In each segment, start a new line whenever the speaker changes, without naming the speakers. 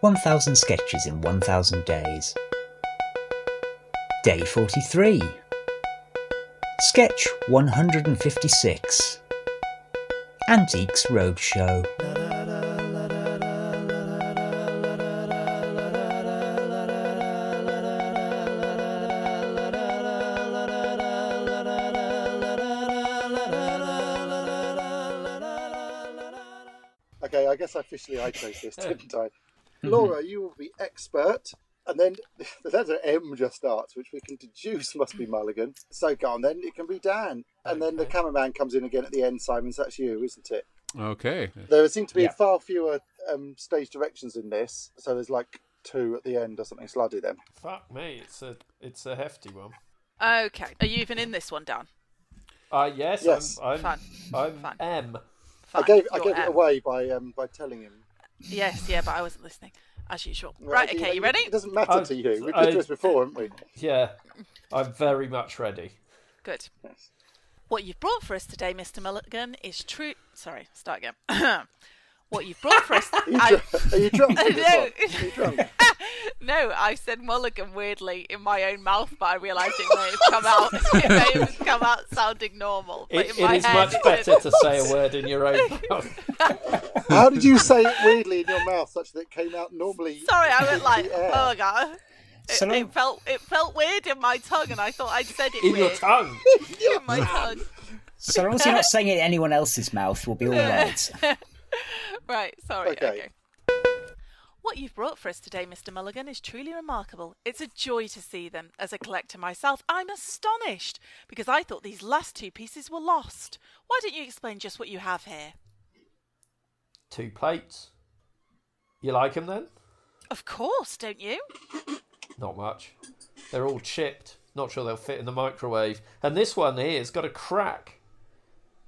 1000 Sketches in 1000 Days. Day 43. Sketch 156. Antiques Roadshow.
Okay, I guess officially I chose this, didn't I? Laura, you will be expert. And then the letter M just starts, which we can deduce must be Mulligan. So go on then, it can be Dan. And then the cameraman comes in again at the end, Simon, so that's you, isn't it?
Okay.
There seem to be
Yeah.
far fewer um, stage directions in this, so there's like two at the end or something, so I'll do them.
Fuck me, it's a it's a hefty one.
Okay. Are you even in this one, Dan?
Uh yes,
Yes.
I'm I'm,
Fine.
I'm
Fine.
M.
I
Fine.
gave, I
you're
gave it
M.
away by, um, by telling him.
Yes, yeah, but I wasn't listening, as usual.
Well,
Right,
it-
okay,
it-
you ready?
It doesn't matter
I-
to you. We've
I-
done this before, haven't we?
Yeah. I'm very much ready.
Good.
Yes.
What you've brought for us today, Mr. Mulligan, is true. Sorry, start again. what you've brought for us.
Are you,
I-
dr- are you drunk?
I
with this one?
know.
Are you drunk?
No, I said Mulligan weirdly in my own mouth, but I realised it may have come out. It may have come out sounding normal, but
It,
in my
it is
head,
much better to say a word in your own mouth.
How did you say it weirdly in your mouth such that it came out normally?
Sorry, I went like,
Yeah.
oh my god. It,
So-
it felt it felt weird in my tongue, and I thought I'd said it
In
weird
your tongue.
in my tongue.
So long as you're not saying it in anyone else's mouth, we'll be all right.
Right, sorry.
Okay.
Okay. What you've brought for us today, Mr. Mulligan, is truly remarkable. It's a joy to see them. As a collector myself, I'm astonished because I thought these last two pieces were lost. Why don't you explain just what you have here?
Two plates. You like them then?
Of course, don't you?
Not much. They're all chipped. Not sure they'll fit in the microwave. And this one here's got a crack.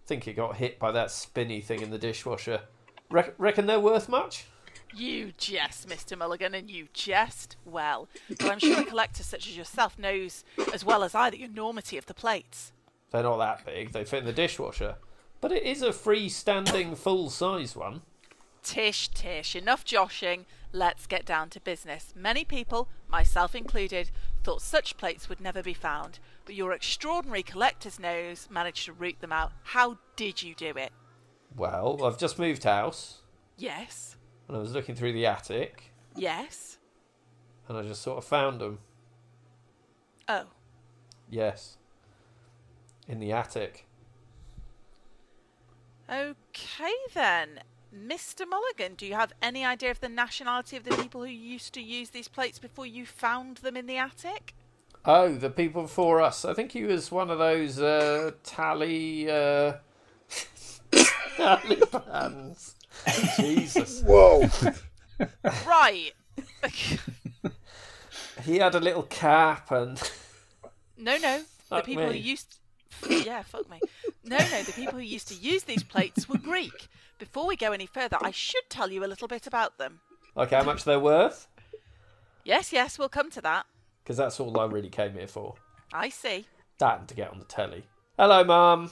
Think it got hit by that spinny thing in the dishwasher. Re- reckon they're worth much?
You jest, Mr. Mulligan, and you jest well. But I'm sure a collector such as yourself knows as well as I the enormity of the plates.
They're not that big. They fit in the dishwasher. But it is a freestanding full size one.
Tish, tish, enough joshing. Let's get down to business. Many people, myself included, thought such plates would never be found, but your extraordinary collector's nose managed to root them out. How did you do it?
Well, I've just moved house
Yes,
and I was looking through the attic
yes.
and I just sort of found them.
Oh,
Yes. In the attic.
okay then. Mr. Mulligan, do you have any idea of the nationality of the people who used to use these plates before you found them in the attic?
Oh, the people before us. I think he was one of those uh, tally. Uh... Talibans. Jesus.
Whoa!
Right.
He had a little cap and.
No, no. the
Fuck
people who
me.
used yeah, fuck me. No, no. The people who used to use these plates were Greek. Before we go any further, I should tell you a little bit about them.
Like how much they're worth?
Yes, yes, we'll come to that.
Because that's all I really came here for.
I see.
That and to get on the telly. Hello, Mum.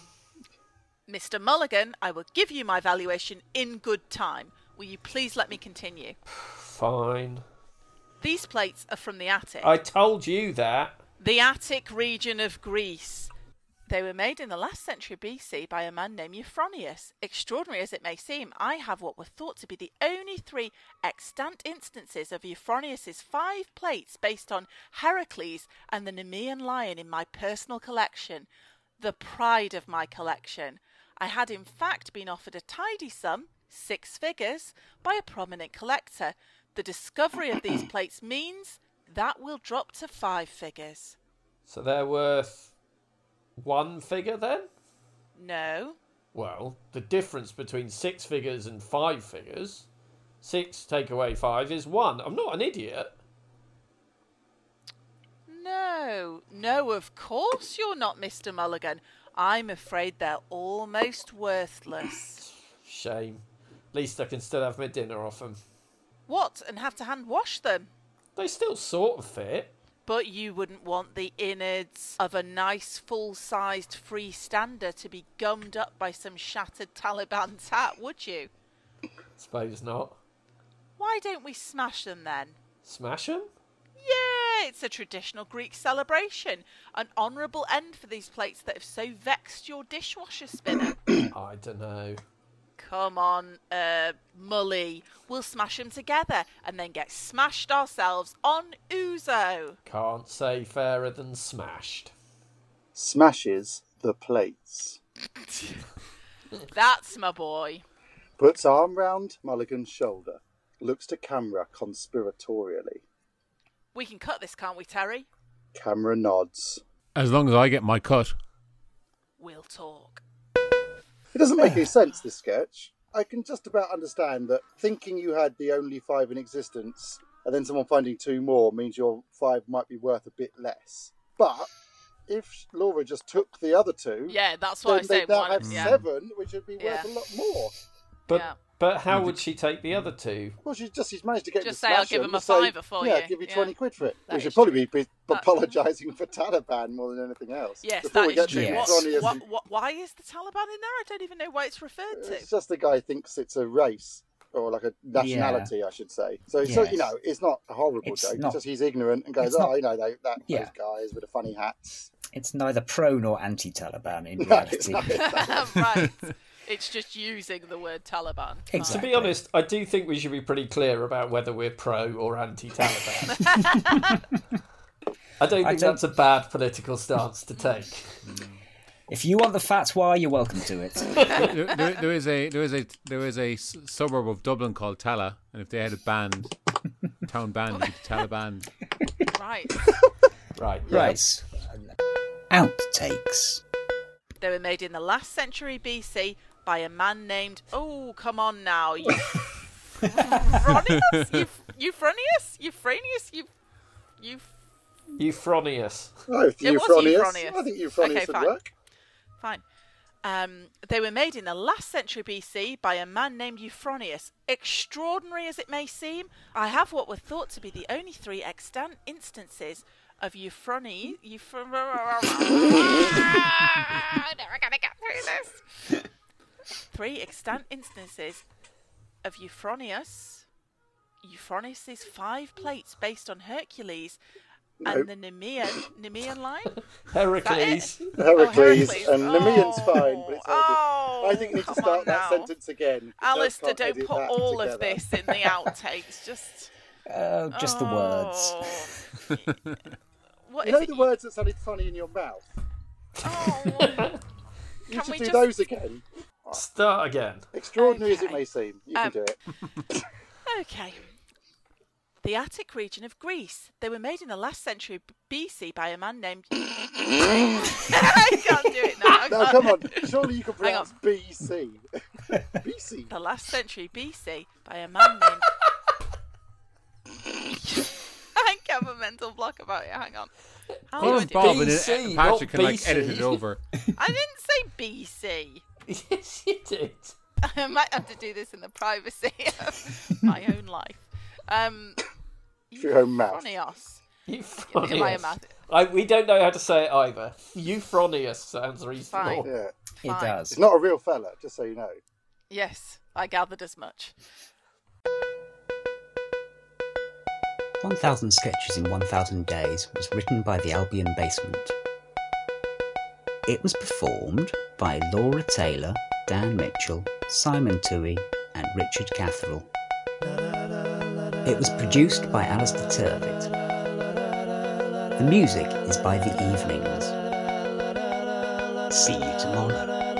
Mr. Mulligan, I will give you my valuation in good time. Will you please let me continue?
Fine.
These plates are from the attic.
I told you that.
The Attic region of Greece. They were made in the last century BC by a man named Euphronius. Extraordinary as it may seem, I have what were thought to be the only three extant instances of Euphronius's five plates based on Heracles and the Nemean lion in my personal collection, the pride of my collection. I had in fact been offered a tidy sum, six figures, by a prominent collector. The discovery of these plates means that will drop to five figures.
So they're worth one figure then?
No.
Well, the difference between six figures and five figures, six take away five is one. I'm not an idiot.
No. No, of course you're not, Mr. Mulligan. I'm afraid they're almost worthless.
Shame. At least I can still have my dinner off them.
What? And have to hand wash them?
They still sort of fit.
But you wouldn't want the innards of a nice full sized freestander to be gummed up by some shattered Taliban tat, would you?
Suppose not.
Why don't we smash them then?
Smash them?
Yeah, it's a traditional Greek celebration, an honourable end for these plates that have so vexed your dishwasher spinner.
I don't know.
Come on, uh, Mully. We'll smash them together and then get smashed ourselves on Uzo.
Can't say fairer than smashed.
Smashes the plates.
That's my boy.
Puts arm round Mulligan's shoulder. Looks to camera conspiratorially.
We can cut this, can't we, Terry?
Camera nods.
As long as I get my cut.
We'll talk.
It doesn't make any sense, this sketch. I can just about understand that thinking you had the only five in existence and then someone finding two more means your five might be worth a bit less. But if Laura just took the other two,
Yeah, that's why I
then they
say
now
one.
have
yeah.
seven, which would be worth
Yeah.
a lot more.
But
Yeah.
but how would she take the other two?
Well, she's just she's managed to get
Just
him
say,
to
"I'll
smash
give
them
him a
and say,
fiver for
yeah,
you."
give you
Yeah.
twenty quid for it.
That
we should
is
probably be
That-
apologising for Taliban more than anything else.
Yes,
Before
that
we
is
get
true.
to
Yes.
Ronnie
What,
and-
what, what, why is the Taliban in there? I don't even know why it's referred to.
It's just the guy thinks it's a race or like a nationality, I should say. So, it's not- you
Yes.
know, it's not a horrible
It's
joke.
not-
It's just he's ignorant and goes,
it's
oh,
not-
you know, they, that
Yeah.
those guys with the funny hats.
It's neither pro nor anti Taliban in
No, it's
reality.
not- it's not.
right. It's just using the word Taliban.
To
Exactly.
be honest, I do think we should be pretty clear about whether we're pro or anti-Taliban. I don't think
don't-
that's a bad political stance to take.
If you want the facts, why you're welcome to it.
there, there- there is a there is a there is a s- suburb of Dublin called Tala, and if they had a band, town band, it'd be Taliban.
Right.
Right.
Right. Outtakes.
They were made in the last century BC by a man named. Oh, come on now, you. Euphronius? Euph- Euphronius? Euphronius? You. You.
Euphronius.
Oh, if
It was
Euphronius.
Euphronius.
I think Euphronius
Okay,
would
fine.
work.
Fine. Um, they were made in the last century BC by a man named Euphronius. Extraordinary as it may seem, I have what were thought to be the only three extant instances of Euphrony. Euphron. Never gonna get through this. Three extant instances of Euphronius. Euphronius' five plates based on Hercules and the Nemean, Nemean line.
Heracles.
Heracles
Heracles.
and Nemean's
Oh.
fine, but it's all
Oh,
good. I think we need to
come
start
on
that
now.
sentence again.
Alistair,
Just can't
don't
edit
put
that
all of
together.
this in the outtakes. Just
Oh, just the words.
Oh. What
You
is
know
it?
the words that sounded funny in your mouth?
Oh.
You
Can
should
we
do
just-
those again.
Start again.
Extraordinary as it
Okay.
may seem, you
Um,
can do it.
Okay. The Attic region of Greece. They were made in the last century BC by a man named. I can't do it now. I
Now,
can't.
come on. Surely you can
uh, Hang on.
pronounce BC. BC.
The last century BC by a man named. I think I have a mental block about it. Hang on. How do
Well,
I do
Bob
it?
and
BC,
uh,
not
Patrick can like
BC.
edit it over.
I didn't say BC.
Yes, you did.
I might have to do this in the privacy of my own life. Um,
Through your own mouth.
Euphronios.
Euphronius.
In my mouth.
I, we don't know how to say it either. Euphronius sounds reasonable.
Fine.
Yeah.
It
Fine.
does.
It's not a real fella, just so you know.
Yes, I gathered as much.
1000 Sketches in 1000 Days was written by the Albion Basement. It was performed by Laura Taylor, Dan Mitchell, Simon Toohey, and Richard Catherall. It was produced by Alistair Turvitt. The music is by The Evenings. See you tomorrow.